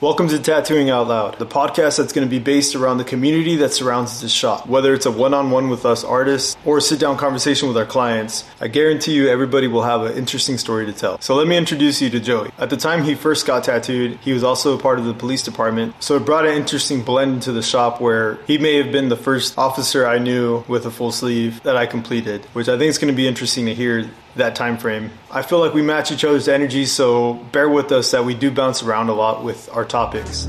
Welcome to Tattooing Out Loud, the podcast that's going to be based around the community that surrounds this shop. Whether it's a one on one with us artists or a sit down conversation with our clients, I guarantee you everybody will have an interesting story to tell. So let me introduce you to Joey. At the time he first got tattooed, he was also a part of the police department, so it brought an interesting blend into the shop where he may have been the first officer I knew with a full sleeve that I completed, which I think is going to be interesting to hear that time frame. I feel like we match each other's energy, so bear with us that we do bounce around a lot with our topics.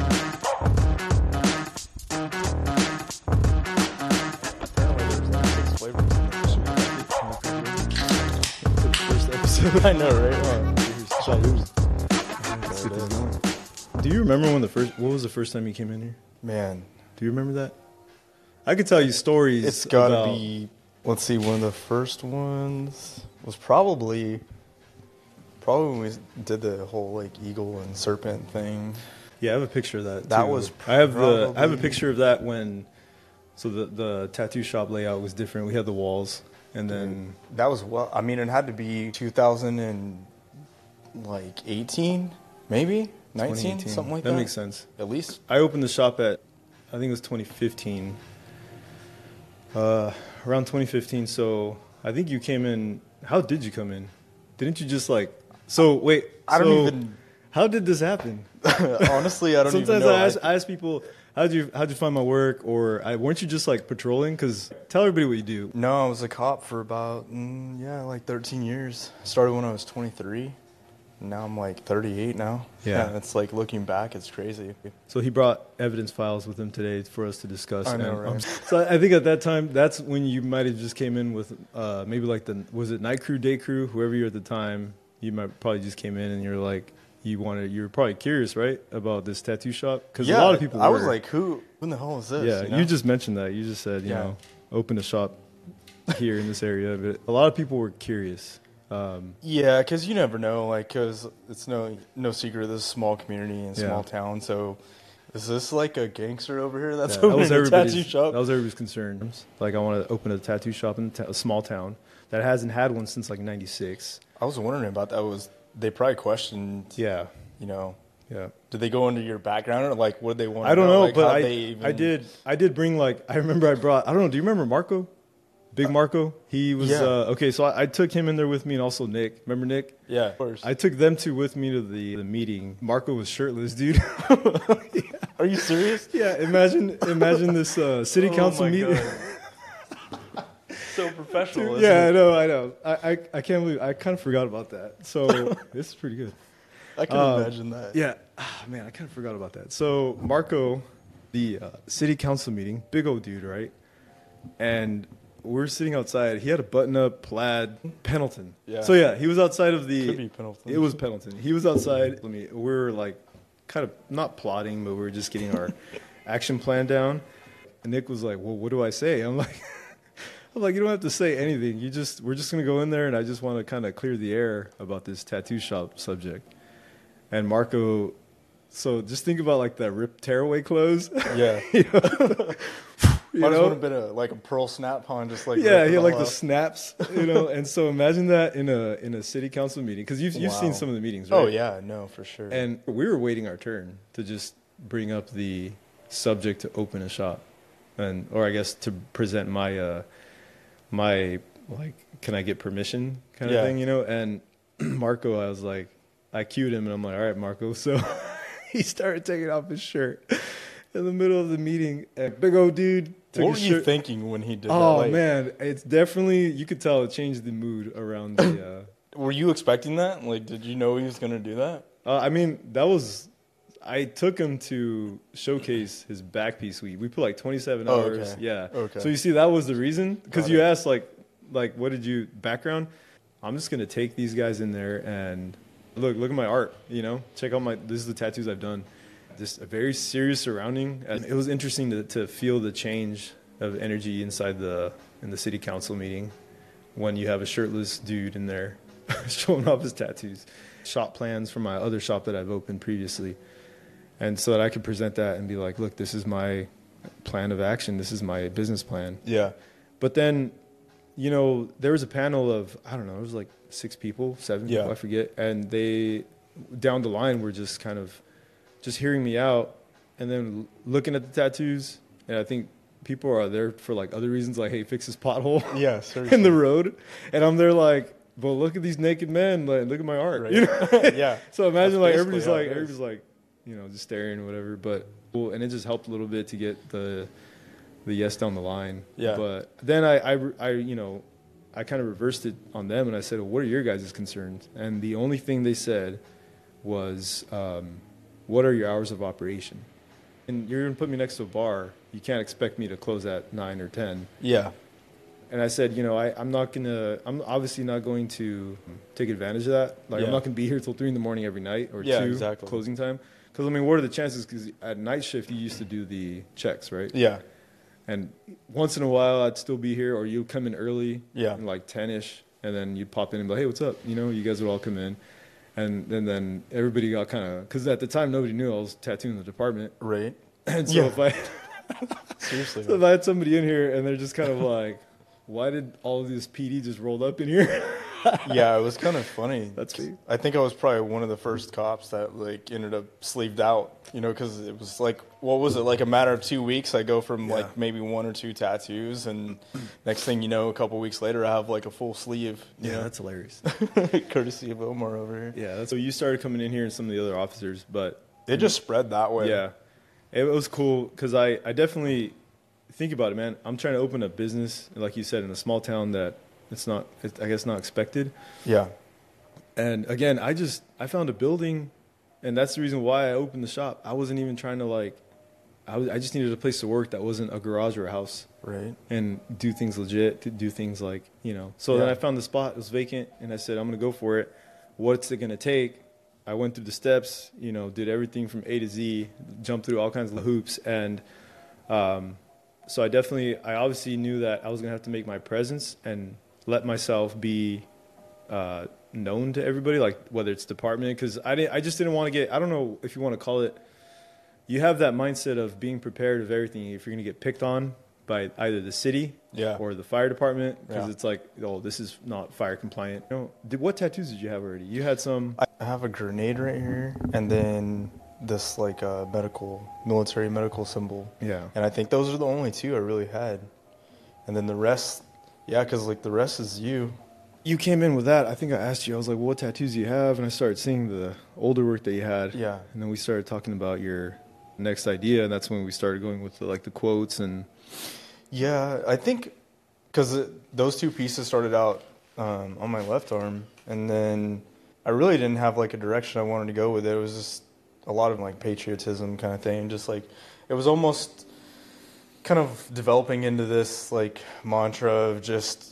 I know, right? Do you remember when the first? What was the first time you came in here? Man, Do you remember that? I could tell you stories. it's gotta about- be. Let's see. One of the first ones was probably, probably when we did the whole like eagle and serpent thing. Yeah, I have a picture of that. That too. was I have the. I have a probably- picture of that when. So the the tattoo shop layout was different. We had the walls, and then That was well. I mean, it had to be 2000 and like 18, maybe 19, 2018. something like that. that makes sense. At least I opened the shop at, I think it was 2015. Uh, around 2015. So I think you came in. How did you come in? Didn't you just like? So wait. I don't so even- How did this happen? honestly, I don't even Sometimes know. I ask, I ask people, how'd you how'd you find my work? Or I, weren't you just like patrolling? Because tell everybody what you do. No, I was a cop for about mm, yeah, like 13 years. Started when I was 23. Now I'm like 38 now. Yeah. and it's like looking back, it's crazy. So he brought evidence files with him today for us to discuss. I know, and, um, right? so I think at that time, that's when you might have just came in with uh, maybe like the was it night crew, day crew, whoever you're at the time. You might probably just came in and you're like you wanted. You were probably curious, right, about this tattoo shop because a lot of people. I was were. like, who? Who in the hell is this? yeah, you, you, know? just mentioned that. You just said, you Yeah. know, open a shop here in this area, but a lot of people were curious. Um, yeah, because you never know, like, because it's no no secret this is a small community and Yeah. small town. So, is this like a gangster over here that's Yeah, that opening was a everybody's tattoo shop? That was everybody's concern. Like, I want to open a tattoo shop in a ta- a small town that hasn't had one since like '96. I was wondering about that. Was they probably questioned? Yeah, You know, yeah. did they go into your background or like what did they want? I don't know, like, but how'd I, they even- I did I did bring like I remember I brought I don't know. Do you remember Marco? Big Marco. He was Yeah. uh, okay. So I, I took him in there with me, and also Nick. Remember Nick? Yeah, of course. I took them two with me to the, the meeting. Marco was shirtless, dude. Are you serious? yeah, imagine imagine this uh, city council meeting. so professional. Dude, yeah, I know, I know. I, I, I can't believe I kind of forgot about that. So this is pretty good. I can Um, imagine that. Yeah, Ah, man, I kind of forgot about that. So Marco, the uh, city council meeting, big old dude, right? And we're sitting outside. He had a button-up plaid Pendleton. Yeah. So yeah, he was outside of the. Could be Pendleton. It was Pendleton. He was outside. Let me. We were like, kind of not plotting, but we were just getting our action plan down. And Nick was like, "Well, what do I say?" I'm like. I'm like, you don't have to say anything. You just, we're just gonna go in there, and I just want to kind of clear the air about this tattoo shop subject. And Marco, so just think about like that ripped tearaway clothes. Yeah. you know? You Might as know? well have been a, like a pearl snap on, just like yeah, rip he it had like all the up. snaps, you know. and so imagine that in a in a city council meeting because you've you've seen Wow. some of the meetings, right? Oh yeah, no, for sure. And we were waiting our turn to just bring up the subject to open a shop, and or I guess to present my uh, my like, can I get permission kind Yeah. of thing, you know? And Marco, I was like, I cued him, and I'm like, all right, Marco. So he started taking off his shirt in the middle of the meeting, and big old dude took what were his you shirt. thinking when he did that? Oh Like, man, it's definitely you could tell it changed the mood around the. Uh, were you expecting that? Like, did you know he was gonna do that? Uh, I mean, that was. I took him to showcase his back piece. We we put like twenty seven Oh, okay. hours. Yeah. Okay. So you see, that was the reason because Got you it. asked like, like what did you background? I'm just gonna take these guys in there and look, look at my art. You know, check out my. This is the tattoos I've done. Just a very serious surrounding. And it was interesting to, to feel the change of energy inside the in the city council meeting when you have a shirtless dude in there showing off his tattoos, shop plans for my other shop that I've opened previously, and so that I could present that and be like, look, this is my plan of action, this is my business plan. Yeah. But then, you know, there was a panel of I don't know, it was like six people, seven Yeah. people, I forget, and they down the line were just kind of just hearing me out and then l- looking at the tattoos. And I think people are there for like other reasons, like, hey, fix this pothole Yeah, in seriously. the road. And I'm there like, well, look at these naked men. Like, look at my art. Right. You know? yeah. So imagine like basically everybody's how it like is. everybody's like, you know, just staring or whatever. But well, and it just helped a little bit to get the the yes down the line. Yeah. But then I I, re- I you know I kind of reversed it on them and I said, well, what are your guys' concerns? And the only thing they said was, um, what are your hours of operation? And you're gonna put me next to a bar. You can't expect me to close at nine or ten. Yeah. And I said, you know, I, I'm not gonna, I'm obviously not going to take advantage of that. Like, I'm Yeah. not gonna be here till three in the morning every night or Yeah, two exactly. closing time. Because I mean, what are the chances? Because at night shift, you used to do the checks, right? Yeah. And once in a while, I'd still be here, or you'd come in early, Yeah. in like ten ish, and then you'd pop in and be like, hey, what's up? You know, you guys would all come in, and and then everybody got kind of because at the time nobody knew I was tattooing the department, Right. and so Yeah. if I Seriously. so if I had somebody in here and they're just kind of like, why did all of this PD just rolled up in here? yeah, it was kind of funny. That's me. I think I was probably one of the first cops that like ended up sleeved out, you know, because it was like, what was it like a matter of two weeks? I go from Yeah. like maybe one or two tattoos, and next thing you know, a couple weeks later, I have like a full sleeve. you know? that's hilarious. courtesy of Omar over here. yeah, that's, so you started coming in here and some of the other officers, but It just spread that way. yeah, it was cool because I, I definitely think about it, man. I'm trying to open a business, like you said, in a small town that it's not, it's, I guess, not expected. yeah, And again, I just I found a building, and that's the reason why I opened the shop. I wasn't even trying to like, I was, I just needed a place to work that wasn't a garage or a house. right. and do things legit, to do things like, you know. So then Yeah. I found the spot, it was vacant, and I said, I'm going to go for it. What's it going to take? I went through the steps, you know, did everything from A to Z, jumped through all kinds of hoops. And um, so I definitely, I obviously knew that I was going to have to make my presence and let myself be uh, known to everybody, like whether it's department, because I, didn't- I just didn't want to get, I don't know if you want to call it, you have that mindset of being prepared of everything. If you're going to get picked on by either the city Yeah. or the fire department, because Yeah. it's like, oh, this is not fire compliant. No, did, what tattoos did you have already? You had some. I have a grenade right here, and then this like uh, medical, military medical symbol. Yeah. And I think those are the only two I really had. And then the rest, yeah, because like the rest is you. You came in with that. I think I asked you. I was like, well, what tattoos do you have? And I started seeing the older work that you had. Yeah. And then we started talking about your next idea, and that's when we started going with the, like the quotes and Yeah, I think because those two pieces started out um, on my left arm, and then I really didn't have like a direction I wanted to go with it. It was just a lot of like patriotism kind of thing. Just like it was almost kind of developing into this like mantra of just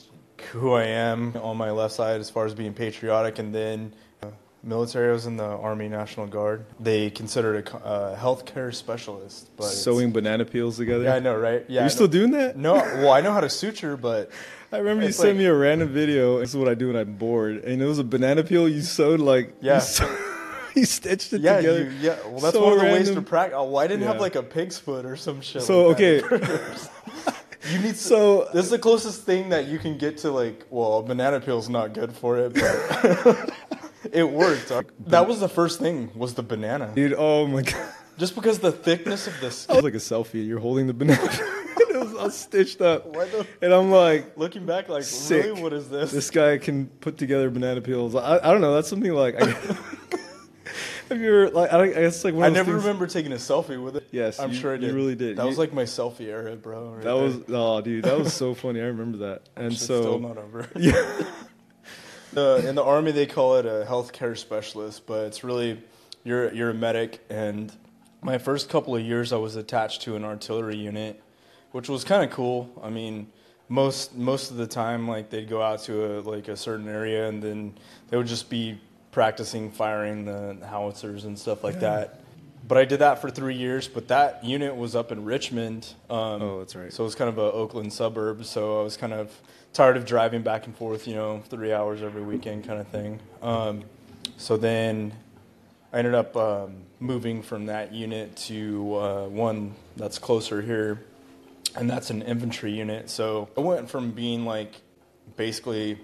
who I am on my left side as far as being patriotic, and then. uh, Military. I was in the Army National Guard. They considered a co- uh, healthcare specialist, but it's- sewing banana peels together. Yeah, I know, right? Yeah, I You're still know. doing that? No, well, I know how to suture, but I remember It's you like- sent me a random video. This is what I do when I'm bored, and it was a banana peel you sewed like Yeah. You, sew- you stitched it yeah, together. you, yeah. Well, that's So one of the ways to random. practice. Oh, well, I didn't have Yeah. like a pig's foot or some shit. So like okay, that. you need so. so This is the closest thing that you can get to like. Well, a banana peel's not good for it, but it worked. That was the first thing was the banana, dude, oh my god, just because the thickness of this. it was like a selfie. You're holding the banana. and it was all stitched up, What the- and I'm like, Looking back, like Sick. really, what is this? this guy can put together banana peels. I, I don't know. That's something like. I, have you ever like? I, don't- I guess like one I of those never things- remember taking a selfie with it. Yes, I'm you- sure I you did. really did. That You- was like my selfie era, bro. right That there. was oh, dude, that was so funny. I remember that, and Shit's so still not over. yeah. Uh, in the army, they call it a healthcare specialist, but it's really you're you're a medic. And my first couple of years, I was attached to an artillery unit, which was kind of cool. I mean, most most of the time, like they'd go out to a like a certain area, and then they would just be practicing firing the howitzers and stuff like that. But I did that for three years. But that unit was up in Richmond. Um, Oh, that's right. So it was kind of a Oakland suburb. So I was kind of tired of driving back and forth, you know, three hours every weekend kind of thing. Um, so then I ended up um, moving from that unit to uh, one that's closer here, and that's an infantry unit. So I went from being like basically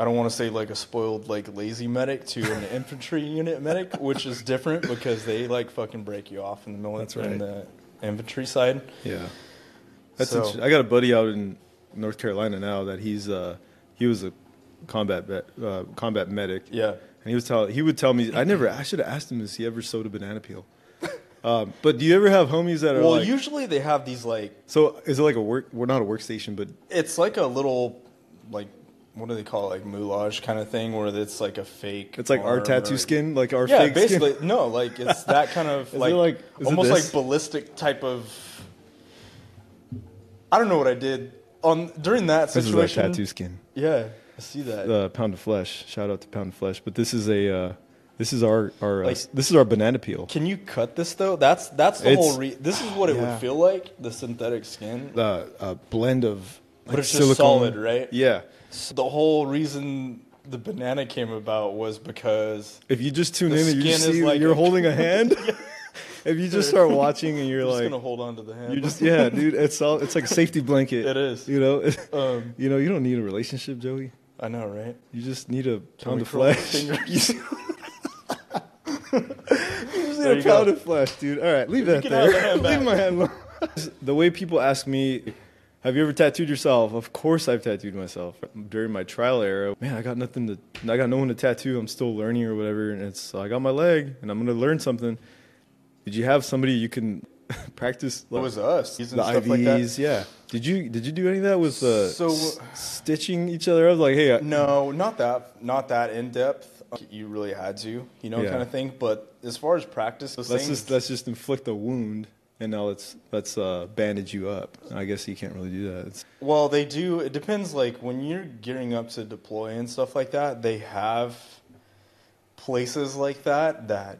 I don't want to say like a spoiled like lazy medic to an infantry unit medic, which is different because they like fucking break you off in the middle That's right. in the infantry side. Yeah. That's So- interesting. I got a buddy out in North Carolina now that he's uh he was a combat vet, uh, combat medic. Yeah. And he was tell he would tell me I never I should have asked him this he ever sewed a banana peel. Um, but do you ever have homies that are Well, like usually they have these like so is it like a work we're not a workstation but it's like a little like what do they call it like moulage kind of thing where it's like a fake. it's like our arm tattoo or- skin like our Yeah, fake skin? basically no, like it's that kind of it like, like- is it almost this? like ballistic type of. I don't know what I did on during that This is our situation. tattoo skin. Yeah, I see that. Uh, pound of flesh. Shout out to pound of flesh. But this is a uh, this is our our uh, Like- s- this is our banana peel. Can you cut this though? That's that's the It's- whole. Re- this is what it yeah. would feel like the synthetic skin. Uh, a blend of But like, it's just solid, right? Yeah. So the whole reason the banana came about was because If you just tune The in and you skin is see like you're a- holding a hand, if you just start watching and you're I'm just like, gonna hold on to the hand. you're just yeah, dude, it's all it's like a safety blanket. It is. You know, Um, you know, you don't need a relationship, Joey. I know, right? You just need a pound we of curl our flesh. you fingers? just need There a you pound go. of flesh, dude. All right, leave that can have the there. hand leave back. my hand alone. the way people ask me. Have you ever tattooed yourself? Of course, I've tattooed myself during my trial era. Man, I got nothing to, I got no one to tattoo. I'm still learning or whatever, and it's I got my leg, and I'm gonna learn something. Did you have somebody you can practice? It like- was us. the IVs, yeah. Did you did you do any of that with uh, So- s- stitching each other up? Like, hey, I, No, not that, not that in depth. You really had to, you know, Yeah. kind of thing. But as far as practice, those let's things, just let's just inflict a wound, and now let's let's uh, bandage you up. I guess you can't really do that. It's, well, they do. It depends. Like when you're gearing up to deploy and stuff like that, they have places like that that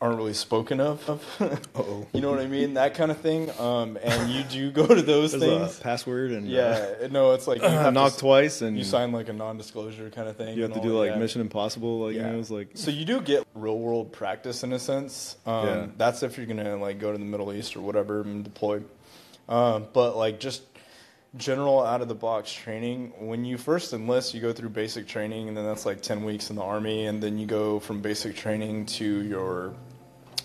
aren't really spoken of. Uh-oh. you know what I mean? That kind of thing. Um, and you do go to those there's things. a password and yeah, no, it's like you uh, have knock to, s- twice, and you sign like a non-disclosure kind of thing. you have to and do all like that. Mission Impossible. Like, you Yeah. know, it's like So you do get real world practice in a sense. Um, Yeah. That's if you're gonna like go to the Middle East or whatever and deploy. Um, but like just general out of the box training. When you first enlist, you go through basic training, and then that's like ten weeks in the army, and then you go from basic training to your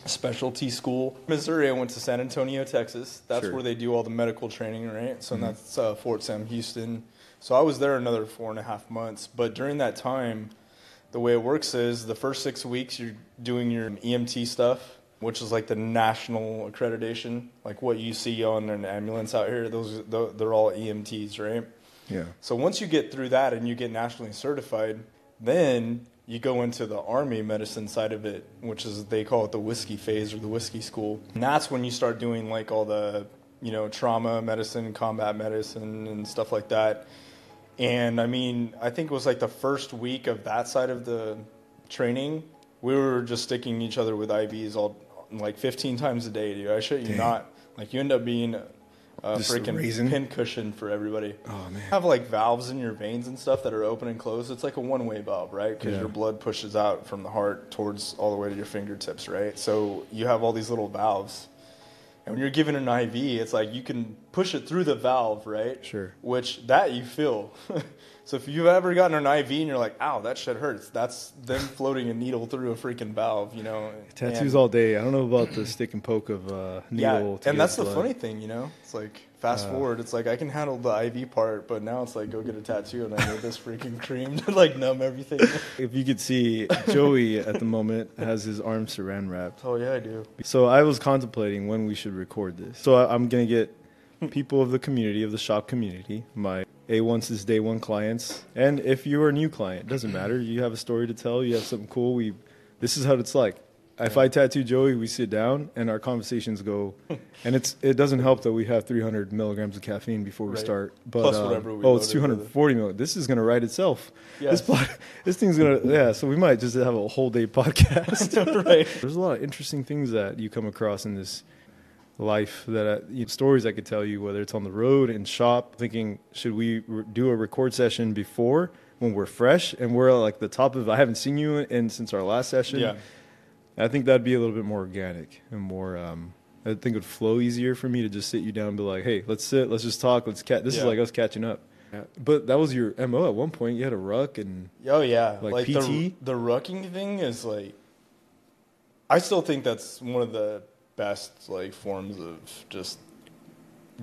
specialty school. Missouri, I went to San Antonio, Texas. That's Sure. where they do all the medical training, right? So that's uh, Fort Sam Houston. So I was there another four and a half months. But during that time, the way it works is the first six weeks you're doing your EMT stuff, which is like the national accreditation, like what you see on an ambulance out here. Those tho- they're all EMTs, right? yeah, So once you get through that and you get nationally certified, then you go into the army medicine side of it, which is they call it the whiskey phase or the whiskey school. And that's when you start doing like all the, you know, trauma medicine, combat medicine and stuff like that. And I mean, I think it was like the first week of that side of the training, we were just sticking each other with IVs all like 15 times a day, dude. I shit you Dang. not. Like you end up being a Just a freaking raisin? pin cushion for everybody oh man, have like valves in your veins and stuff that are open and closed. It's like a one way valve, right? Because Yeah. your blood pushes out from the heart towards all the way to your fingertips, right? So you have all these little valves. And when you're given an IV, it's like you can push it through the valve, right? Sure. Which that you feel. so if you've ever gotten an IV and you're like, ow, that shit hurts, that's them floating a needle through a freaking valve, you know? tattoos And- all day. I don't know about the stick and poke of uh, needle. yeah, to and get that's the blood. funny thing, you know. It's like fast Uh, forward. It's like I can handle the IV part, but now it's like go get a tattoo, and I need this freaking cream to like numb everything. If you could see Joey at the moment has his arm saran wrapped. oh yeah, I do. So I was contemplating when we should record this. So I, I'm gonna get people of the community of the shop community, my A1 since day one clients, and if you are a new client, doesn't matter. You have a story to tell. You have something cool. We, this is how it's like. If I tattoo Joey, we sit down and our conversations go, and it's it doesn't help that we have 300 milligrams of caffeine before we Right. start. But Plus um, whatever we oh, it's loaded with it. 240 milligrams. This is gonna write itself. Yeah. This pod, this thing's gonna yeah. So we might just have a whole day podcast. right. There's a lot of interesting things that you come across in this life that I, you know, stories I could tell you, whether it's on the road in shop. Thinking, should we re- do a record session before when we're fresh and we're at, like the top of? I haven't seen you in since our last session. Yeah. I think that'd be a little bit more organic and more. Um, I think it would flow easier for me to just sit you down and be like, "Hey, let's sit, let's just talk, let's catch." This is Yeah. like us catching up. But that was your MO at one point. You had a ruck and Oh yeah, Like like, PT? the the rucking thing is like. I still think that's one of the best like forms of just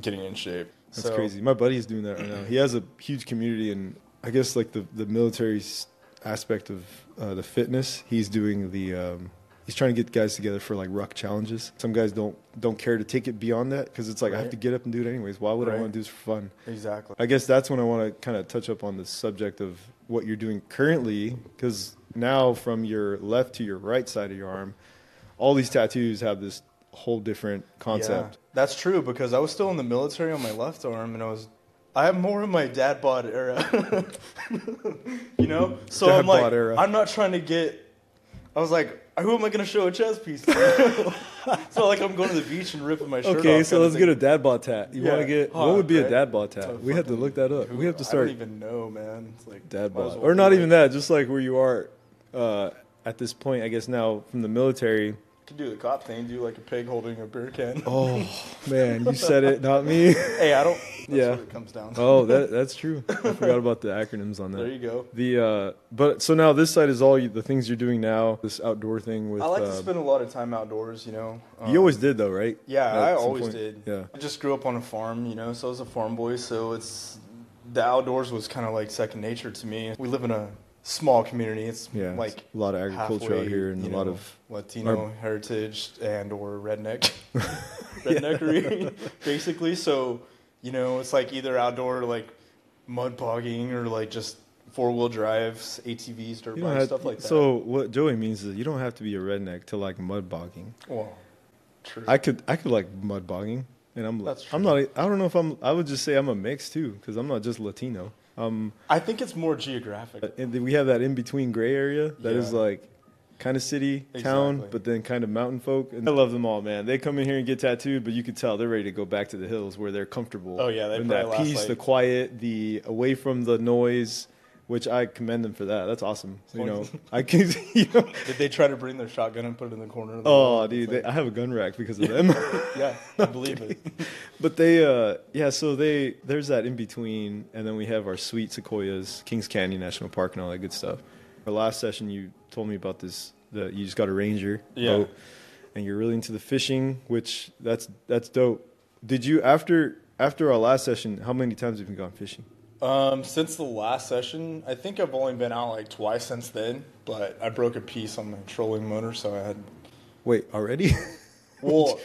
getting in shape. that's So, crazy. My buddy's doing that right now. He has a huge community and I guess like the the military s- aspect of uh, the fitness. He's doing the um, he's trying to get guys together for like ruck challenges. Some guys don't don't care to take it beyond that because it's like I have Right. to get up and do it anyways. Why would I Right. want to do this for fun? Exactly. I guess that's when I want to kind of touch up on the subject of what you're doing currently, because now from your left to your right side of your arm, all these tattoos have this whole different concept. Yeah, that's true because I was still in the military on my left arm, and I was, I have more of my dad bod era. you know, so Dad I'm like, bod era. I'm not trying to get. I was like, who am I gonna show a chest piece? to? so like, I'm going to the beach and ripping my shirt off. Okay, so kinda let's thing. get a dad bod tat. You Yeah. want to get Hot, what would be a right? dad bod tat? That's a we have to fucking- look that up. We have to start I don't even know, man. It's like dad might as bod, well or be not like- even that. Just like where you are uh, at this point, I guess now from the military. Could do the cop thing, do like a pig holding a beer can. Oh man, you said it, not me. hey, I don't. That's Yeah. what it comes down. to. oh, that that's true. I forgot about the acronyms on that. There you go. The uh, but so now this side is all you, the things you're doing now. This outdoor thing with I like uh, to spend a lot of time outdoors. You know, you always did though, right? Yeah, At I some always point. did. Yeah, I just grew up on a farm, you know, so I was a farm boy. So it's the outdoors was kind of like second nature to me. We live in a small community. It's yeah. like It's a lot of agriculture out halfway, here and a you lot know, of Latino heritage and or redneck redneckery basically. So you know, it's like either outdoor like mud bogging or like just four wheel drives, ATVs, dirt you don't bikes, have- stuff like that. So what Joey means is you don't have to be a redneck to like mud bogging. well, true. I could I could like mud bogging, and I'm That's I'm not I don't know if I'm I would just say I'm a mix too because I'm not just Latino. Um, I think it's more geographic. and then we have that in between gray area that is Yeah. like kind of city town Exactly. but then kind of mountain folk and i love them all man they come in here and get tattooed but you can tell they're ready to go back to the hills where they're comfortable Oh, yeah, they and probably that last, peace like- the quiet the away from the noise which i commend them for that that's awesome you know i can you know Did they try to bring their shotgun and put it in the corner? Of the oh room? dude It's they, like- i have a gun rack because of them yeah, I believe it. but they uh yeah so they there's that in between and then we have our sweet sequoias kings canyon national park and all that good stuff our last session you told me about this that you just got a ranger Yeah. boat and you're really into the fishing which that's that's dope did you after after our last session how many times have you gone fishing Um, since the last session, I think I've only been out like twice since then. But I broke a piece on my trolling motor, so I had. wait already Well,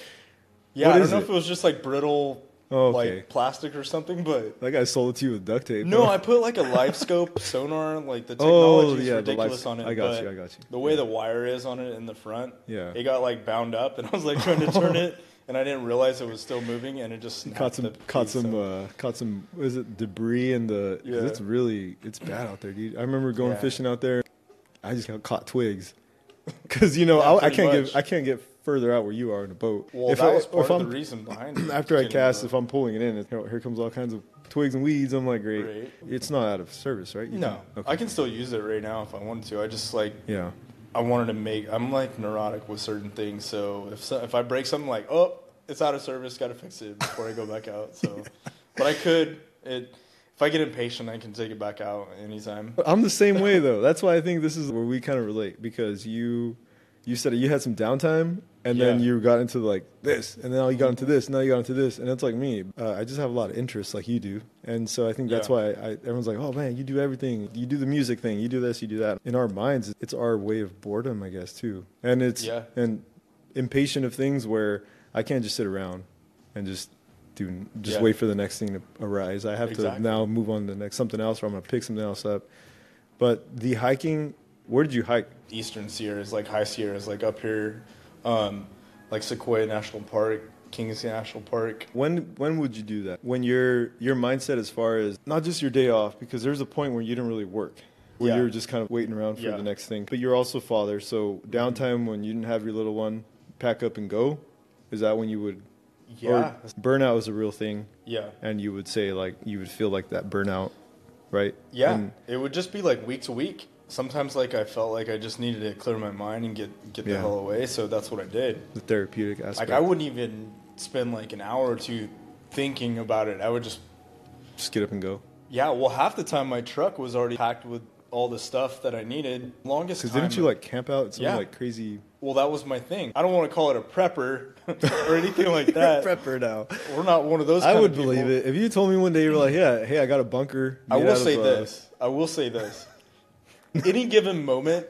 yeah, What I is don't know it? if it was just like brittle, Oh, okay. like plastic or something, but. that guy sold it to you with duct tape No, huh? I put like a live scope sonar, like the Oh, technology is yeah, the ridiculous live- on it. I got but you, I got you. The way the wire is on it in the front, Yeah. it got like bound up, and I was like trying to turn it, and I didn't realize it was still moving, and it just snapped caught some the caught piece, some so- uh, caught some what is it debris in the 'cause Yeah. it's really it's bad out there dude i remember going Yeah. fishing out there i just got caught twigs because you know Yeah, I, I pretty can't much. get i can't get further out where you are in a boat Well, If that I- was if part of I'm- the reason behind it. after i Getting cast the- if i'm pulling it in it, you know, here comes all kinds of twigs and weeds i'm like great Great. it's not out of service right You No, can- I can still use it right now if I wanted to. I just like yeah I wanted to make. I'm like neurotic with certain things, so if so, if I break something, like oh, it's out of service, got to fix it before I go back out. So, but I could it if I get impatient, I can take it back out anytime. I'm the same way though. That's why I think this is where we kind of relate because you you said you had some downtime and then Yeah. you got into like this and then you got into this and now you got into this and it's like me. Uh, I just have a lot of interests like you do, and so I think that's Yeah. why I, everyone's like, oh man, you do everything. You do the music thing. You do this. You do that. In our minds, it's our way of boredom, I guess too. And it's Yeah. and impatient of things where I can't just sit around and just do just Yeah. wait for the next thing to arise. I have to Exactly. now move on to the next something else, or I'm gonna pick something else up. But the hiking, where did you hike? Eastern Sierras, like High Sierras, like up here, um, like Sequoia National Park, Kings National Park. When when would you do that? When your your mindset as far as not just your day off, because there's a point where you didn't really work, where Yeah. you were just kind of waiting around for Yeah. the next thing. But you're also father, so downtime when you didn't have your little one, pack up and go. Is that when you would? Yeah, Or burnout was a real thing, yeah. and you would say like you would feel like that burnout, right? Yeah, And- it would just be like week to week. Sometimes like I felt like I just needed to clear my mind and get get Yeah. the hell away, so that's what I did. the therapeutic aspect. Like I wouldn't even spend like an hour or two thinking about it. I would just just get up and go. Yeah, well, half the time my truck was already packed with all the stuff that I needed. Longest Because time. didn't you like camp out at some Yeah. like crazy Well, that was my thing. I don't want to call it a prepper or anything like that. prepper now? We're not one of those. I kind would of people. believe it if you told me one day you were like, yeah, hey, I got a bunker. I made will out of, say uh, this. I will say this. Any given moment,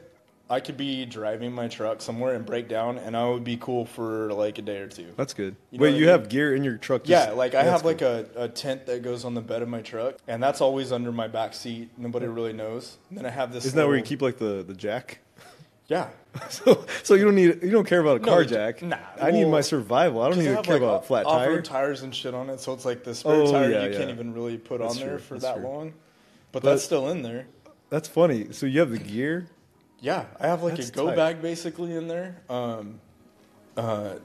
I could be driving my truck somewhere and break down, and I would be cool for like a day or two. That's good. You know Wait, what I you mean? have gear in your truck? Just, Yeah, like I that's have like a, a tent that goes on the bed of my truck, and that's always under my back seat. Nobody really knows. And then I have this. Isn't that where you little- keep like the, the jack? Yeah, so so you don't need you don't care about a No, car j- jack. nah, I need well, my survival. I don't 'Cause need they to have, care like, about a o- flat tire. off-road tires and shit on it, so it's like the spare Oh, tire yeah, you can't yeah. even really put That's on there true, for that's that true. long. But, But- that's still in there. That's funny. So you have the gear. Yeah, I have like That's a go tight. bag basically in there. Um, uh,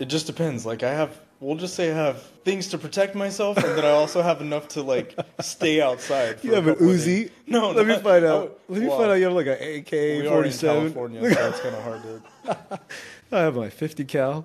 it just depends. Like I have, we'll just say I have things to protect myself, and then I also have enough to like stay outside. For You a have an couple of Uzi. days. No, let me not- find I out. would- let me well, find out. You have like an AK We are in forty California, seven. so it's kind of hard to. I have my fifty cal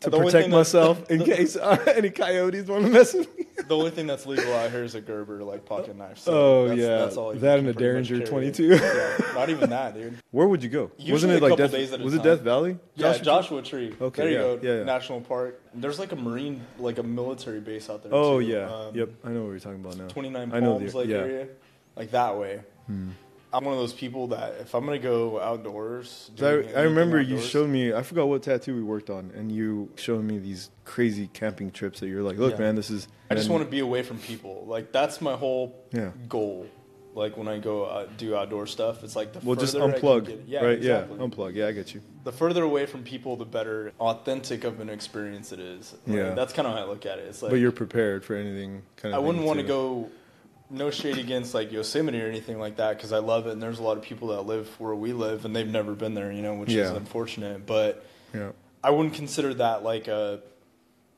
to The only protect thing that- myself in case uh, any coyotes want to mess with me. The only thing that's legal out here is a Gerber like pocket knife. So Oh, that's, yeah, that's all you that can and a pretty much Derringer carry. 22. Yeah, not even that, dude. Where would you go? Usually Wasn't a it like couple Death, days at a was it time. Death Valley? Yeah, Joshua- Joshua Tree. Okay, there you yeah, go. yeah, yeah. National Park. There's like a marine, like a military base out there. Oh too. yeah. Um, yep. I know what you're talking about now. 29 I know the- Hmm. Palms Lake area, like that way. I'm one of those people that if I'm gonna go outdoors, So doing I, I anything remember you outdoors- showed me. I forgot what tattoo we worked on, and you showed me these crazy camping trips that you're like, "Look, Yeah. man, this is." I just want to be away from people. Like that's my whole Yeah. goal. Like when I go out, do outdoor stuff, it's like the Well, just further I can get- unplug, yeah, right? exactly. Yeah, unplug. Yeah, I get you. the further away from people, the better authentic of an experience it is. Like, Yeah. that's kind of how I look at it. It's like but you're prepared for anything. Kind I of. thing, wouldn't want to too. go no shade against like Yosemite or anything like that because I love it and there's a lot of people that live where we live and they've never been there, you know, which is Yeah. unfortunate. But Yeah. I wouldn't consider that like a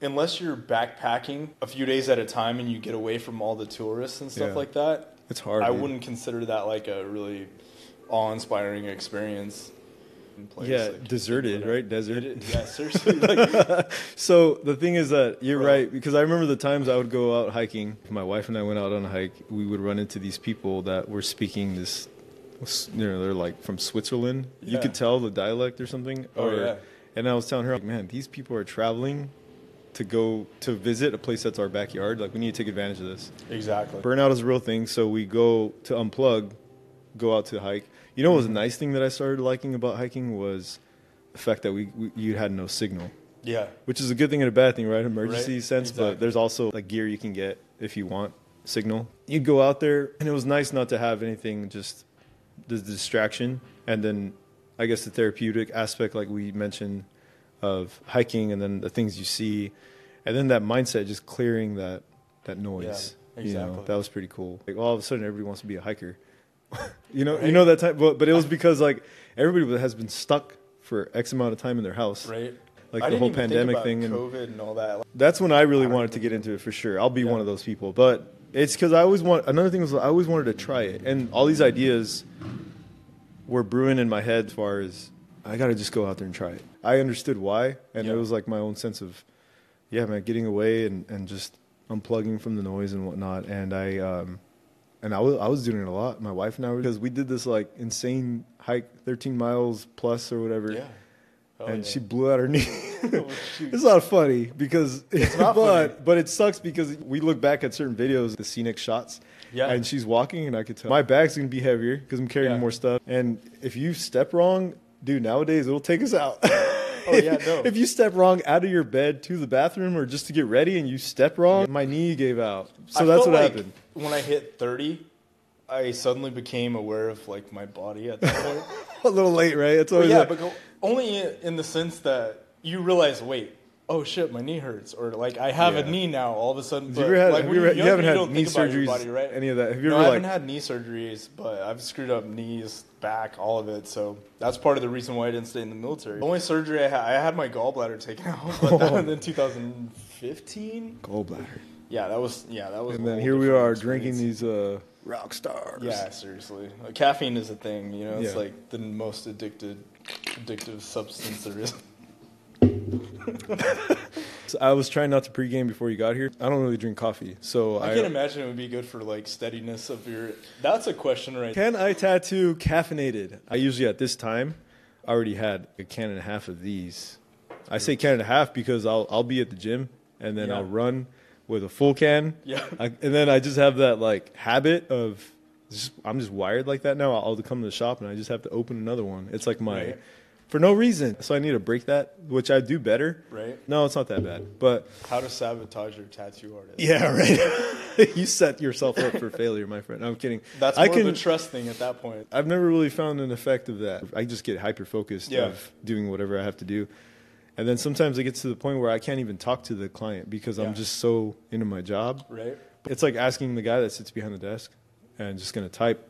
unless you're backpacking a few days at a time and you get away from all the tourists and stuff Yeah. like that. It's hard. I dude. wouldn't consider that like a really awe-inspiring experience. in place, Yeah, like- deserted, right? Desert. It- yeah, seriously. like, So the thing is that you're Bro. right because I remember the times I would go out hiking. If My wife and I went out on a hike. We would run into these people that were speaking this. You know, they're like from Switzerland. You Yeah. could tell the dialect or something. Oh, or, yeah. And I was telling her, like, man, these people are traveling to go to visit a place that's our backyard. Like, we need to take advantage of this. exactly. Burnout is a real thing, so we go to unplug, go out to hike. You know, what Mm-hmm. was a nice thing that I started liking about hiking was the fact that we, we you had no signal Yeah. which is a good thing and a bad thing, right? Emergency Right, sense, exactly. but there's also like gear you can get if you want signal. You'd go out there, and it was nice not to have anything just the distraction, and then I guess the therapeutic aspect, like we mentioned, of hiking, and then the things you see, and then that mindset, just clearing that that noise. You know, exactly. that was pretty cool. Like all of a sudden, everybody wants to be a hiker. you know, you Right. know that time, but but it was because like everybody has been stuck for X amount of time in their house, Right. Like I the didn't whole even think pandemic about thing and- COVID and all that. That's when I really wanted to get into it for sure. I'll be one of those people, but it's because I always want. Another thing was I always wanted to try it, and all these ideas were brewing in my head. As far as I got to just go out there and try it. I understood why, and Yeah. it was like my own sense of, yeah, man, getting away and, and just unplugging from the noise and whatnot. And I um, and I was I was doing it a lot. My wife and I were because we did this like insane hike, thirteen miles plus or whatever, Yeah. Hell and yeah. she blew out her knee. Oh, shoot. It's not funny because not but funny. but it sucks because we look back at certain videos, the scenic shots. Yeah. And she's walking and I could tell my bag's gonna be heavier because I'm carrying Yeah. more stuff. And if you step wrong, dude, nowadays it'll take us out. Oh, yeah, no. If you step wrong out of your bed to the bathroom or just to get ready and you step wrong, my knee gave out. So I that's felt what like happened. When I hit 30, I suddenly became aware of like my body at that point. A little late, right? It's always yeah, like- but go- only in- in the sense that you realize, wait, oh shit, my knee hurts, or like I have Yeah. a knee now all of a sudden. Have But, you ever had- like, have when you you're ever- you younger, haven't had don't knee think about your surgeries, body, right? any of that? Have you no, ever, I haven't like- had knee surgeries, but I've screwed up knees, back, all of it. So that's part of the reason why I didn't stay in the military. The only surgery I had, I had my gallbladder taken out, but that was in 2015. gallbladder. Yeah, that was yeah, that was. And a then whole here we Oh, different are experience. drinking these uh, rock stars. Yeah, seriously. Uh, caffeine is a thing, you know, it's Yeah. like the most addicted addictive substance there is. So I was trying not to pregame before you got here. I don't really drink coffee, so I can't imagine it would be good for like steadiness of your. That's a question, right? Can I tattoo caffeinated? I usually at this time I already had a can and a half of these. I say can and a half because I'll I'll be at the gym and then Yeah. I'll run with a full can. Yeah. I, and then I just have that like habit of just, I'm just wired like that now. I'll come to the shop and I just have to open another one. It's like my Right. for no reason. So I need to break that, which I do better. Right. No, it's not that bad. But How to sabotage your tattoo artist? yeah, right. you set yourself up for failure, my friend. No, I'm kidding. That's more I can of a trust thing at that point. I've never really found an effect of that. I just get hyper focused Yeah. of doing whatever I have to do. And then sometimes it gets to the point where I can't even talk to the client because Yeah. I'm just so into my job. Right. It's like asking the guy that sits behind the desk and just going to type.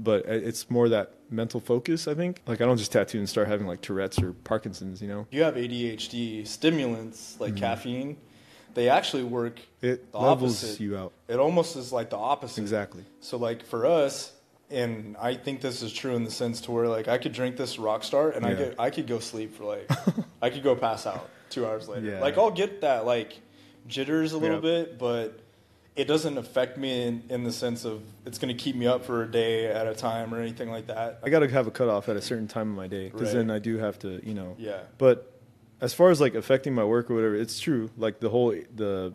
But i- it's more that mental focus, I think. Like, I don't just tattoo and start having like Tourette's or Parkinson's, you know? You have ADHD stimulants like caffeine. They actually work Mm-hmm. It the levels opposite. you out. It almost is like the opposite. Exactly. So like for us, and I think this is true in the sense to where like I could drink this Rockstar and I Yeah. could I could go sleep for like I could go pass out two hours later. Yeah. Like I'll get that like jitters a little Yep. bit, but it doesn't affect me in, in the sense of it's going to keep me up for a day at a time or anything like that. I got to have a cutoff at a certain time of my day because Right. then I do have to, you know. Yeah. But as far as like affecting my work or whatever, it's true. Like the whole the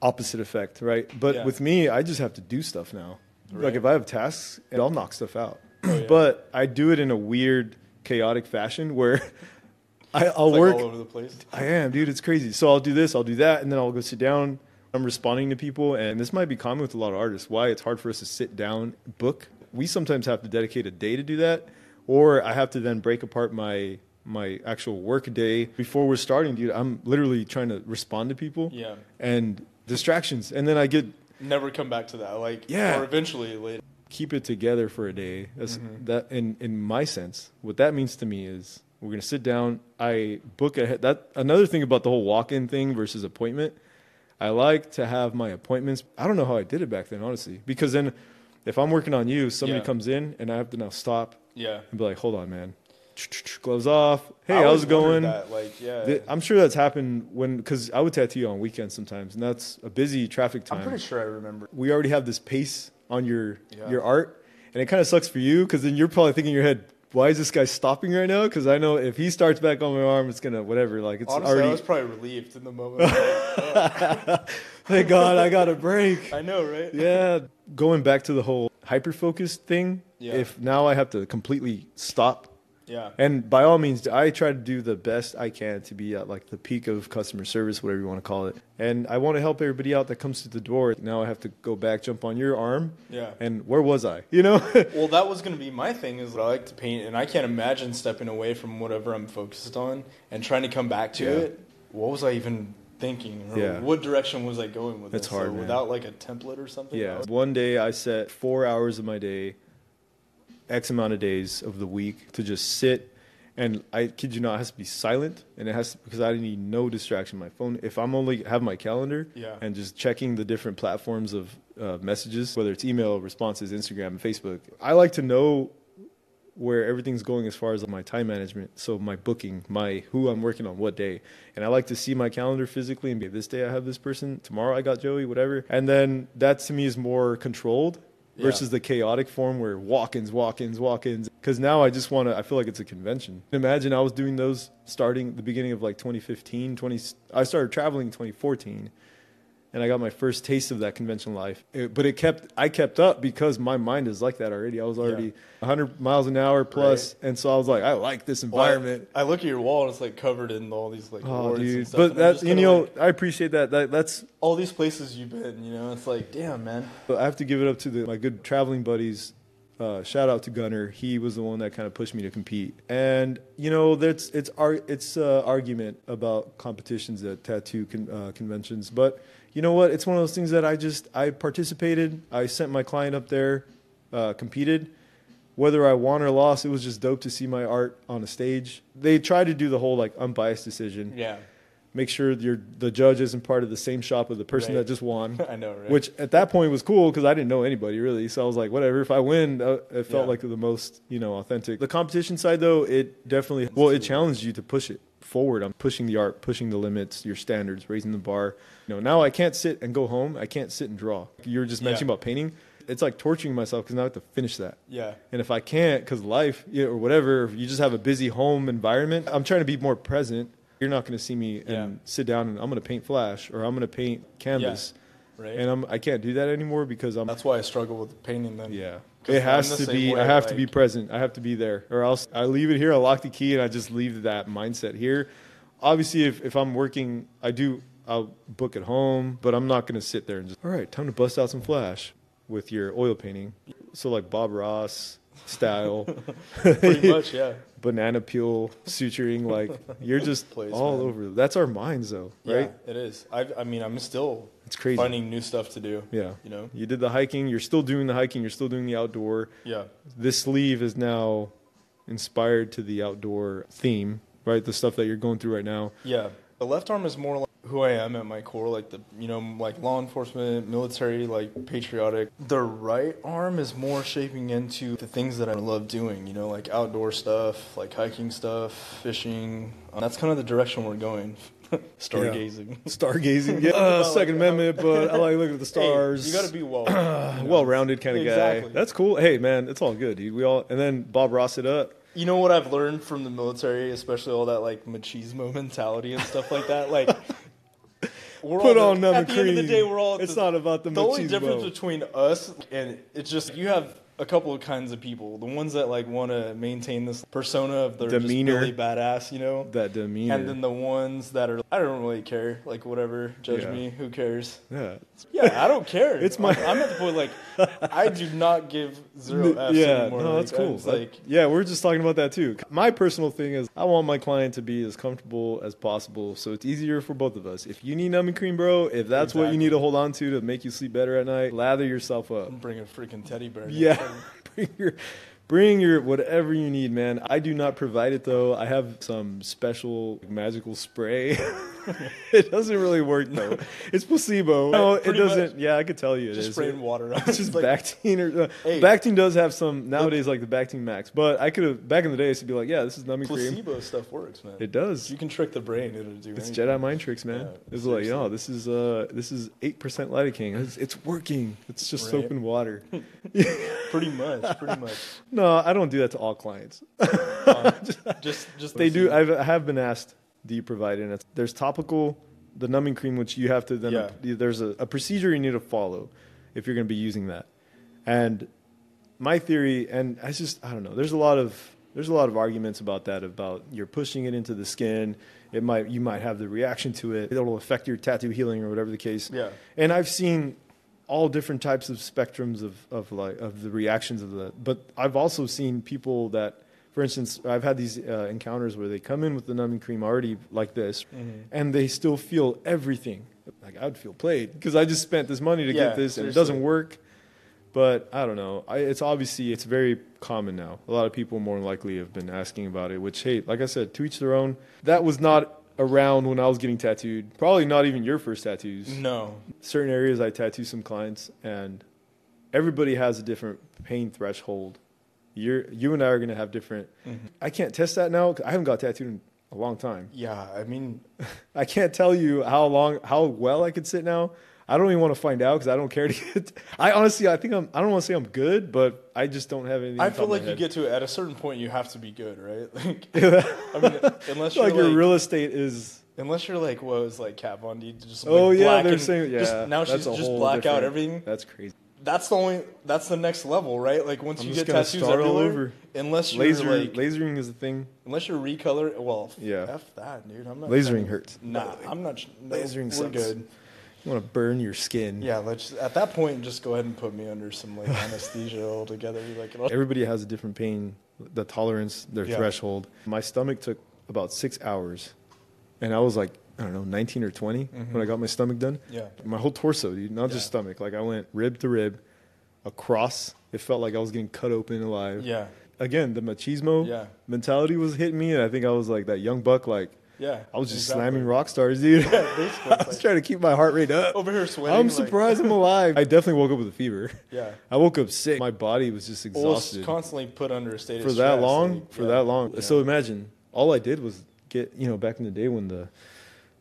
opposite effect, right? But Yeah. with me, I just have to do stuff now. Right. Like if I have tasks, I'll knock stuff out. Oh, yeah. But I do it in a weird, chaotic fashion where I, I'll It's like work. all over the place. I am, dude. It's crazy. So I'll do this, I'll do that, and then I'll go sit down. I'm responding to people, and this might be common with a lot of artists. Why it's hard for us to sit down, book. We sometimes have to dedicate a day to do that, or I have to then break apart my my actual work day before we're starting, dude. I'm literally trying to respond to people, Yeah. and distractions, and then I get Never come back to that. Like Yeah. or eventually later. keep it together for a day. That's Mm-hmm. that in in my sense, what that means to me is we're gonna sit down. I book ahead. That another thing about the whole walk-in thing versus appointment. I like to have my appointments. I don't know how I did it back then, honestly, because then if I'm working on you, somebody Yeah. comes in and I have to now stop Yeah. and be like, "Hold on, man." Gloves off. Hey, I how's always it wondered going? That. Like yeah. Th- I'm sure that's happened when because I would tattoo on weekends sometimes, and that's a busy traffic time I'm pretty sure I remember. we already have this pace on your Yeah. your art, and it kind of sucks for you because then you're probably thinking in your head, why is this guy stopping right now? Because I know if he starts back on my arm, it's gonna whatever. Like it's Honestly, I was already. probably relieved in the moment. Thank God I got a break. I know, right? yeah, going back to the whole hyper focused thing. Yeah. If now I have to completely stop. Yeah. And by all means, I try to do the best I can to be at like the peak of customer service, whatever you want to call it. And I want to help everybody out that comes through the door. Now I have to go back, jump on your arm. Yeah. And where was I? You know? Well, that was going to be my thing is that I like to paint, and I can't imagine stepping away from whatever I'm focused on and trying to come back to Yeah. it. What was I even thinking? Or Yeah. What direction was I going with It's this? hard, so man. without like a template or something. I Yeah. was- One day I set four hours of my day, X amount of days of the week to just sit. And I kid you not, it has to be silent, and it has to, because I need no distraction. My phone, if I'm only have my calendar Yeah. and just checking the different platforms of uh, messages, whether it's email responses, Instagram, and Facebook, I like to know where everything's going as far as my time management. So my booking, my who I'm working on what day, and I like to see my calendar physically and be this day I have this person, tomorrow I got Joey, whatever. And then that to me is more controlled Yeah. versus the chaotic form where walk-ins, walk-ins, walk-ins. Because now I just want to. I feel like it's a convention. Imagine I was doing those starting the beginning of like 2015, 20. I started traveling in 2014 and I got my first taste of that convention life. It- but it kept I kept up because my mind is like that already. I was already 100 miles an hour plus, and so I was like, I like this Well, I- environment. I, look at your wall and it's like covered in all these like Oh, awards and dude! stuff. But and I'm that's just you kinda know like, I appreciate that. That that's all these places you've been. You know, it's like damn, man. I have to give it up to the, my good traveling buddies. Uh, shout out to Gunner. He was the one that kind of pushed me to compete. And you know, that's it's ar- it's uh, argument about competitions at tattoo con- uh, conventions, but you know what? It's one of those things that I just I participated. I sent my client up there, uh, competed. Whether I won or lost, it was just dope to see my art on a stage. They try to do the whole like unbiased decision Yeah. make sure your the judge isn't part of the same shop as the person Right. that just won. I know, right? Which at that point was cool because I didn't know anybody really, so I was like, whatever. If I win, uh, it felt Yeah. like the most you know authentic. The competition side though, it definitely well, it challenged you to push it. forward. I'm pushing the art, pushing the limits, your standards, raising the bar. You know, now I can't sit and go home. I can't sit and draw. You were just mentioning Yeah. about painting. It's like torturing myself because now I have to finish that. Yeah. And if I can't, because life you know, or whatever, if you just have a busy home environment, I'm trying to be more present. You're not going to see me and Yeah. sit down and I'm going to paint flash or I'm going to paint canvas. Right. And I'm, I can't do that anymore because I'm. That's why I struggle with painting then. yeah. 'Cause It I'm has the to same be, way, I have to like- be present. I have to be there or else I leave it here. I lock the key and I just leave that mindset here. Obviously, if, if I'm working, I do, I'll book at home, but I'm not going to sit there and just, all right, time to bust out some flash with your oil painting. So, like Bob Ross style. Pretty much, yeah. banana peel suturing like you're just Place, all man. over that's our minds though right Yeah, it is. I, I mean, I'm still It's crazy. finding new stuff to do. yeah. You know? you did the hiking you're still doing the hiking you're still doing the outdoor Yeah. this sleeve is now inspired to the outdoor theme right the stuff that you're going through right now Yeah. The left arm is more like who I am at my core, like the, you know, like law enforcement, military, like patriotic. The right arm is more shaping into the things that I love doing, you know, like outdoor stuff, like hiking stuff, fishing. Um, that's kind of the direction we're going. Stargazing. stargazing yeah uh, second amendment but i like looking at the um, Hey, stars you got to be well. well-rounded kind of Exactly. guy that's cool hey man it's all good dude we all and then bob ross it up You know what I've learned from the military, especially all that like machismo mentality and stuff like that. Like, we're Put all on another at the end of the creed. day, we're all. It's not about the The only machismo. difference between us and it's just you have a couple of kinds of people. The ones that like want to maintain this persona of their Demeanor. just really badass, you know, that demeanor and then the ones that are I don't really care, like whatever, judge Yeah. me, who cares? yeah Yeah, I don't care. It's my- I'm, I'm at the point like I do not give zero N- f's anymore. No, Like, that's cool. It's That- like yeah, we're just talking about that too. My personal thing is I want my client to be as comfortable as possible, so it's easier for both of us. If you need numbing cream, bro, if that's what Exactly. you need to hold on to to make you sleep better at night, lather yourself up. bring a freaking teddy bear. Yeah, bring your, bring your whatever you need, man. I do not provide it though. I have some special magical spray. it doesn't really work though. It's placebo. No, it Pretty much. doesn't. Yeah, I could tell you it just is. spraying water on It's it. just Like, Bactine or uh, Hey. Bactine does have some nowadays like the Bactine Max, but I could have back in the day I used to be like, yeah, this is numbing cream. placebo stuff works, man. It does. You can trick the brain; it'll do. It's anything. Jedi mind tricks, man. Yeah, it's like, seriously. yo, this is uh, this is eight percent lidocaine. It's, it's working. It's just Right. soap and water. Pretty much, pretty much. no, I don't do that to all clients. Um, Just, just They do. I've, I have been asked, do you provide it? There's topical, the numbing cream, which you have to then. Yeah. There's a, a procedure you need to follow if you're going to be using that. And my theory, and I just I don't know. There's a lot of there's a lot of arguments about that. About you're pushing it into the skin. It might you might have the reaction to it. It'll affect your tattoo healing or whatever the case. Yeah. And I've seen all different types of spectrums of, of like of the reactions of that. But I've also seen people that, for instance, I've had these uh, encounters where they come in with the numbing cream already like this, Mm-hmm. and they still feel everything. Like I'd feel played because I just spent this money to Yeah, get this, and it seriously. doesn't work. But I don't know. I, it's obviously it's very common now. A lot of people more than likely have been asking about it. Which hey, like I said, to each their own. That was not around when I was getting tattooed. Probably not even your first tattoos No, certain areas I tattoo some clients, and everybody has a different pain threshold. You're, you and I are going to have different. Mm-hmm. I can't test that now. 'cause I haven't got tattooed in a long time. yeah. I mean, I can't tell you how long, how well I could sit now. I don't even want to find out because I don't care to get. I honestly, I think I'm. I don't want to say I'm good, but I just don't have anything. I on top feel of my like you head. get to at a certain point, you have to be good, right? Like, I mean, I unless feel you're like your like, real estate is. unless you're like what was like Kat Von D, just like Oh yeah, black they're and saying yeah. Just, now she's that's a just whole black out different- everything. That's crazy. That's the only. That's the next level, right? Like once I'm you just get gonna tattoos start all everywhere, over. unless you're Laser, like, lasering is a thing. unless you're recolor. Well, Yeah. f that, dude. I'm not Lasering hurts. Nah, I'm not. No, Lasering we're sucks. good. You want to burn your skin. Yeah, let's at that point just go ahead and put me under some like anesthesia altogether. Be Like, oh, Everybody has a different pain, the tolerance, their Yeah. threshold. My stomach took about six hours, and I was like, I don't know, 19 or 20 when I got my stomach done. Mm-hmm. Yeah. My whole torso, dude, not Yeah. just stomach. Like I went rib to rib, across. It felt like I was getting cut open alive. yeah, Again, the machismo Yeah. mentality was hitting me, and I think I was like that young buck. Like yeah. I was just exactly. slamming rock stars, dude. Yeah, basically, I it's was like, trying to keep my heart rate up. over here sweating. I'm like- surprised I'm alive. I definitely woke up with a fever. Yeah. I woke up sick. My body was just Well, it's exhausted constantly put under a state for of that stress, long. like, for yeah. that long. So imagine all I did was get you know back in the day when the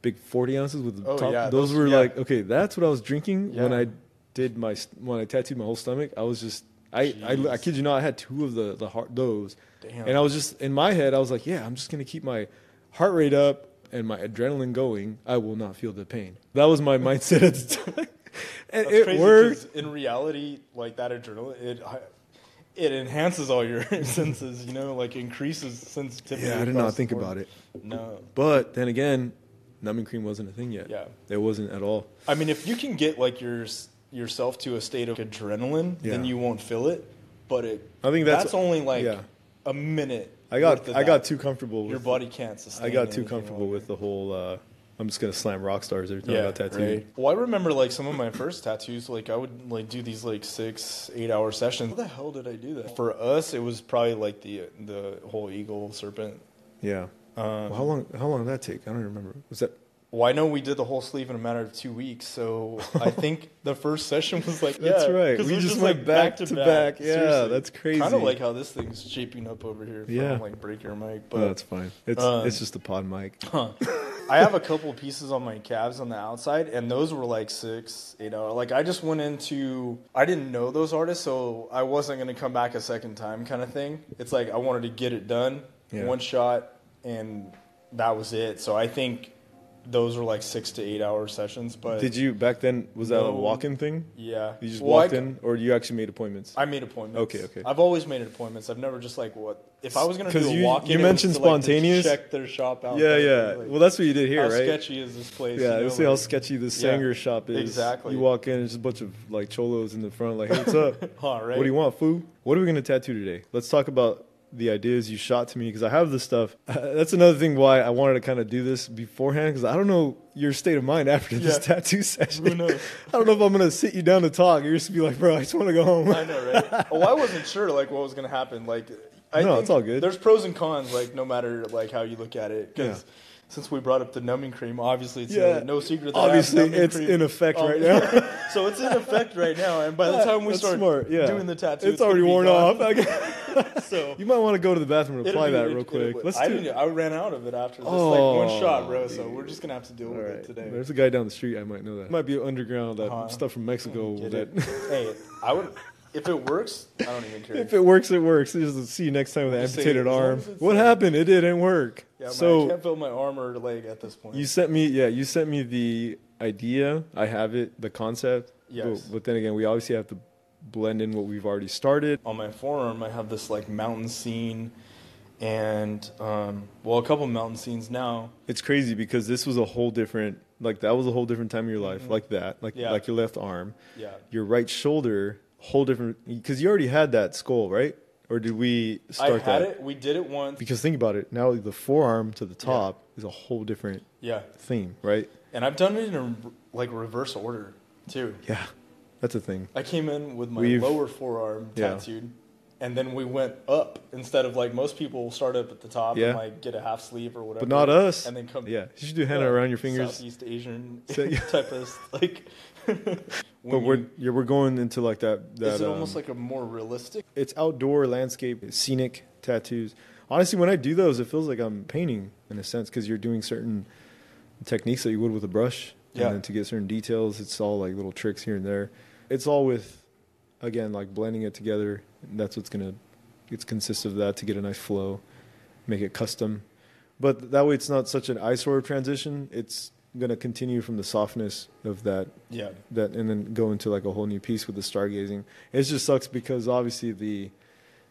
big 40 ounces with the Oh, top, yeah, those, those- were yeah. like okay, that's what I was drinking when Yeah. I did my st- when I tattooed my whole stomach. I was just I, I I Jeez. kid you not, I had two of the the heart those, Damn. and I was just in my head I was like, yeah, I'm just gonna keep my heart rate up and my adrenaline going. I will not feel the pain. That was my mindset at the time. And That's it crazy 'cause worked. In reality, like that adrenaline, it it enhances all your senses. You know, like increases sensitivity. Yeah, I did across not the think board. about it. No, But then again, numbing cream wasn't a thing yet. Yeah. It wasn't at all. I mean, if you can get like your yourself to a state of adrenaline, then Yeah. you won't feel it. But it, I think that's- only like yeah. a minute. I got worth of I got that. too comfortable with Your body can't sustain. I got too anything comfortable longer. with the whole uh, I'm just gonna slam rock stars every time I Yeah, got tattooed. right. Well, I remember like some of my first tattoos. Like I would like do these like six, eight hour sessions. How the hell did I do that? For us, it was probably like the the whole eagle serpent. Yeah. Um, Well, how long how long did that take? I don't remember. Was that Well, I know we did the whole sleeve in a matter of two weeks, so I think the first session was like That's yeah, right. 'cause We it was just went back to back. Yeah, that's Kind crazy. of like how this thing's shaping up over here. From, Yeah. like break your mic, oh, but that's fine. It's um, it's just a pod mic. Huh. I have a couple pieces on my calves on the outside, and those were like six, eight hour. Like I just went into, I didn't know those artists, so I wasn't gonna come back a second time, kind of thing. It's like I wanted to get it done, Yeah. one shot, and that was it. So I think those were like six to eight hour sessions. But Did you back then was that a No. walk in thing? Yeah, You just Well, walked I, in or you actually made appointments? I made appointments. Okay, okay. I've always made appointments. I've never just like what if I was gonna 'Cause do a you- walk in. you mentioned spontaneous. check their shop out. yeah, kind of yeah. thing, like, well that's what you did here, how right? sketchy is this place? Yeah, you know, let's see how like- sketchy this Yeah. Sanger shop is. Exactly. You walk in, there's a bunch of like cholos in the front, like, hey, what's up? All right. What do you want, foo? What are we going to tattoo today? Let's talk about the ideas you shot to me because I have this stuff. That's another thing why I wanted to kind of do this beforehand because I don't know your state of mind after this Yeah. tattoo session. Who knows? I don't know if I'm going to sit you down to talk. You're just be like, bro, I just want to go home. I know, right? well, I wasn't sure like what was gonna happen. Like, I No, think it's all good. There's pros and cons, like no matter like how you look at it, because. Yeah. Since we brought up the numbing cream, obviously it's Yeah. uh, no secret. That Obviously, I have numbing it's cream in effect on- right now. so it's in effect right now, and by the time we That's start smart, yeah. doing the tattoo, it's, already worn off. I guess- off. So you might want to go to the bathroom and It'll apply be- that it- real it'll- quick. Let's I, do didn't- I ran out of it after this like Oh, one shot, bro. So we're just gonna have to deal with it today. There's a guy down the street. I might know that. Might be underground that Uh-huh. stuff from Mexico. Get That it? hey, I would if it works. I don't even care. if it works, it works. It's Just see you next time with an Just say, amputated as long arm. as it's What like- happened? It didn't work. yeah, man, I so can't feel my arm or leg at this point. you sent me. Yeah, you sent me the idea. I have it. The concept. Yes. But, but then again, we obviously have to blend in what we've already started. on my forearm, I have this like mountain scene, and um, well, a couple mountain scenes now. It's crazy because this was a whole different. Like that was a whole different time of your life. Like that. Like Mm-hmm. Yeah. like your left arm. Yeah. Your right shoulder. Whole different. Because you already had that skull, right? Or did we I start had that? it. We did it once. Because think about it, now the forearm to the top is a whole different Yeah, theme, right? and I've done it in a, like reverse order too. Yeah, that's a thing. I came in with my We've- lower forearm Yeah. tattooed, and then we went up instead of like most people will start up at the top Yeah. and like get a half sleeve or whatever. But not us. And then come Yeah, you should do henna around your fingers. Southeast Asian So- type of like. But we're yeah, we're going into like that. that is it um, almost like a more realistic? it's outdoor landscape, scenic tattoos. Honestly, when I do those, it feels like I'm painting in a sense because you're doing certain techniques that you would with a brush. Yeah. And then to get certain details, it's all like little tricks here and there. It's all with, again, like blending it together. And that's what's going to, it's consists of that to get a nice flow, make it custom. But that way it's not such an eyesore transition. It's going to continue from the softness of that Yeah. that and then go into like a whole new piece with the stargazing. It just sucks because obviously the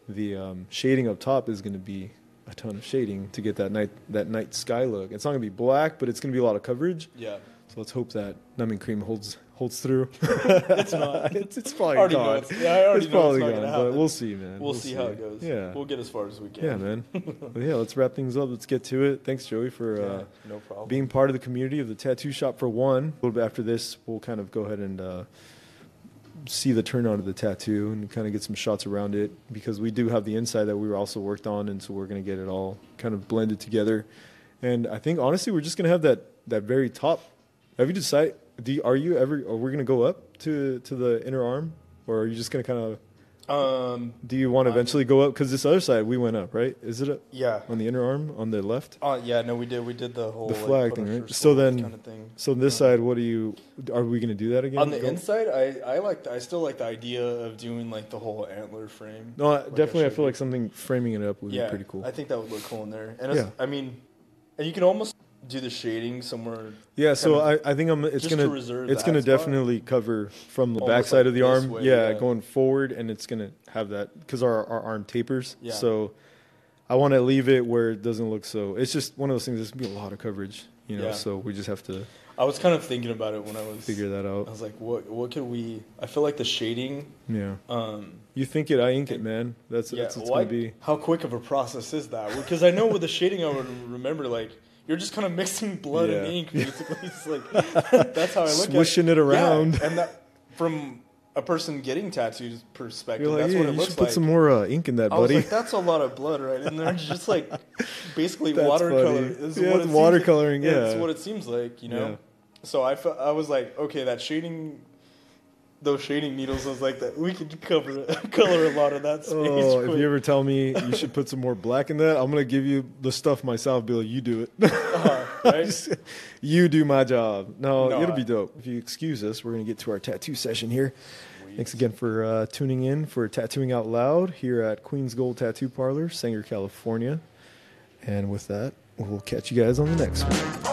the um, shading up top is going to be a ton of shading to get that night that night sky look. It's not going to be black, but it's going to be a lot of coverage. Yeah. So let's hope that numbing cream holds holds through. It's not. it's, it's probably I already gone. know it's, yeah, I already it's know probably it's not gone, gonna but happen. we'll see, man. We'll, see, how it goes. Yeah, We'll get as far as we can. yeah, man. Well, yeah, let's wrap things up. Let's get to it. Thanks, Joey, for. Yeah, Uh, no problem. being part of the community of the tattoo shop for one. A little bit after this, we'll kind of go ahead and uh, see the turn on of the tattoo and kind of get some shots around it because we do have the inside that we were also worked on, and so we're going to get it all kind of blended together. And I think honestly, we're just going to have that that very top. Have you decided? Do you, are you ever? Are we going to go up to to the inner arm, or are you just going to kind of Um, Do you want to eventually go up? Because this other side, we went up, right? Is it up yeah. on the inner arm on the left? Uh, yeah, no, we did. We did the whole The like, flag put thing, our right? first So flag then- kind of thing. So on this Yeah. side, what do you? Are we going to do that again? Uh, on the Go- inside, I I like I still like the idea of doing like the whole antler frame. No, I- Like I definitely. I showed feel you. like something framing it up would yeah, be pretty cool. I think that would look cool in there. And it's, Yeah. I mean, and you can almost do the shading somewhere. yeah, so kind I, I think I'm. It's just gonna to reserve it's that gonna spot. definitely cover from the Almost backside like of the this arm. way, yeah, yeah. going forward, and it's gonna have that because our our arm tapers. Yeah. So I want to leave it where it doesn't look so. It's just one of those things. There's gonna be a lot of coverage, you know. Yeah. So we just have to I was kind of thinking about it when I was figure that I out. was like, what what could we? I feel like the shading. Yeah. Um, You think it, I ink it, man. That's yeah, that's what's why- gonna be. how quick of a process is that? Because I know with the shading, I would remember like you're just kind of mixing blood and Yeah. ink. Basically, it's like that's how I look Swishing at it around. Yeah, and that from a person getting tattoos perspective, You're like, that's yeah, what it you looks should put like. some more uh, ink in that, I was buddy. like, that's a lot of blood right in there. It's just like basically That's watercolor. funny. Is Yeah, what it's it seems- watercoloring, It's yeah. what it seems like, you know? Yeah. So I, fe- I was like, okay, that shading, those shading needles, I was like, that we could cover color a lot of that space. Oh, if quick. you ever tell me you should put some more black in that, I'm gonna give you the stuff myself, Bill. You do it. Uh, right? you do my job. No, No, it'll I- be dope. If you excuse us, we're gonna get to our tattoo session here. Thanks again for uh, tuning in for Tattooing Out Loud here at Queens Gold Tattoo Parlor, Sanger, California. And with that, we'll catch you guys on the next one.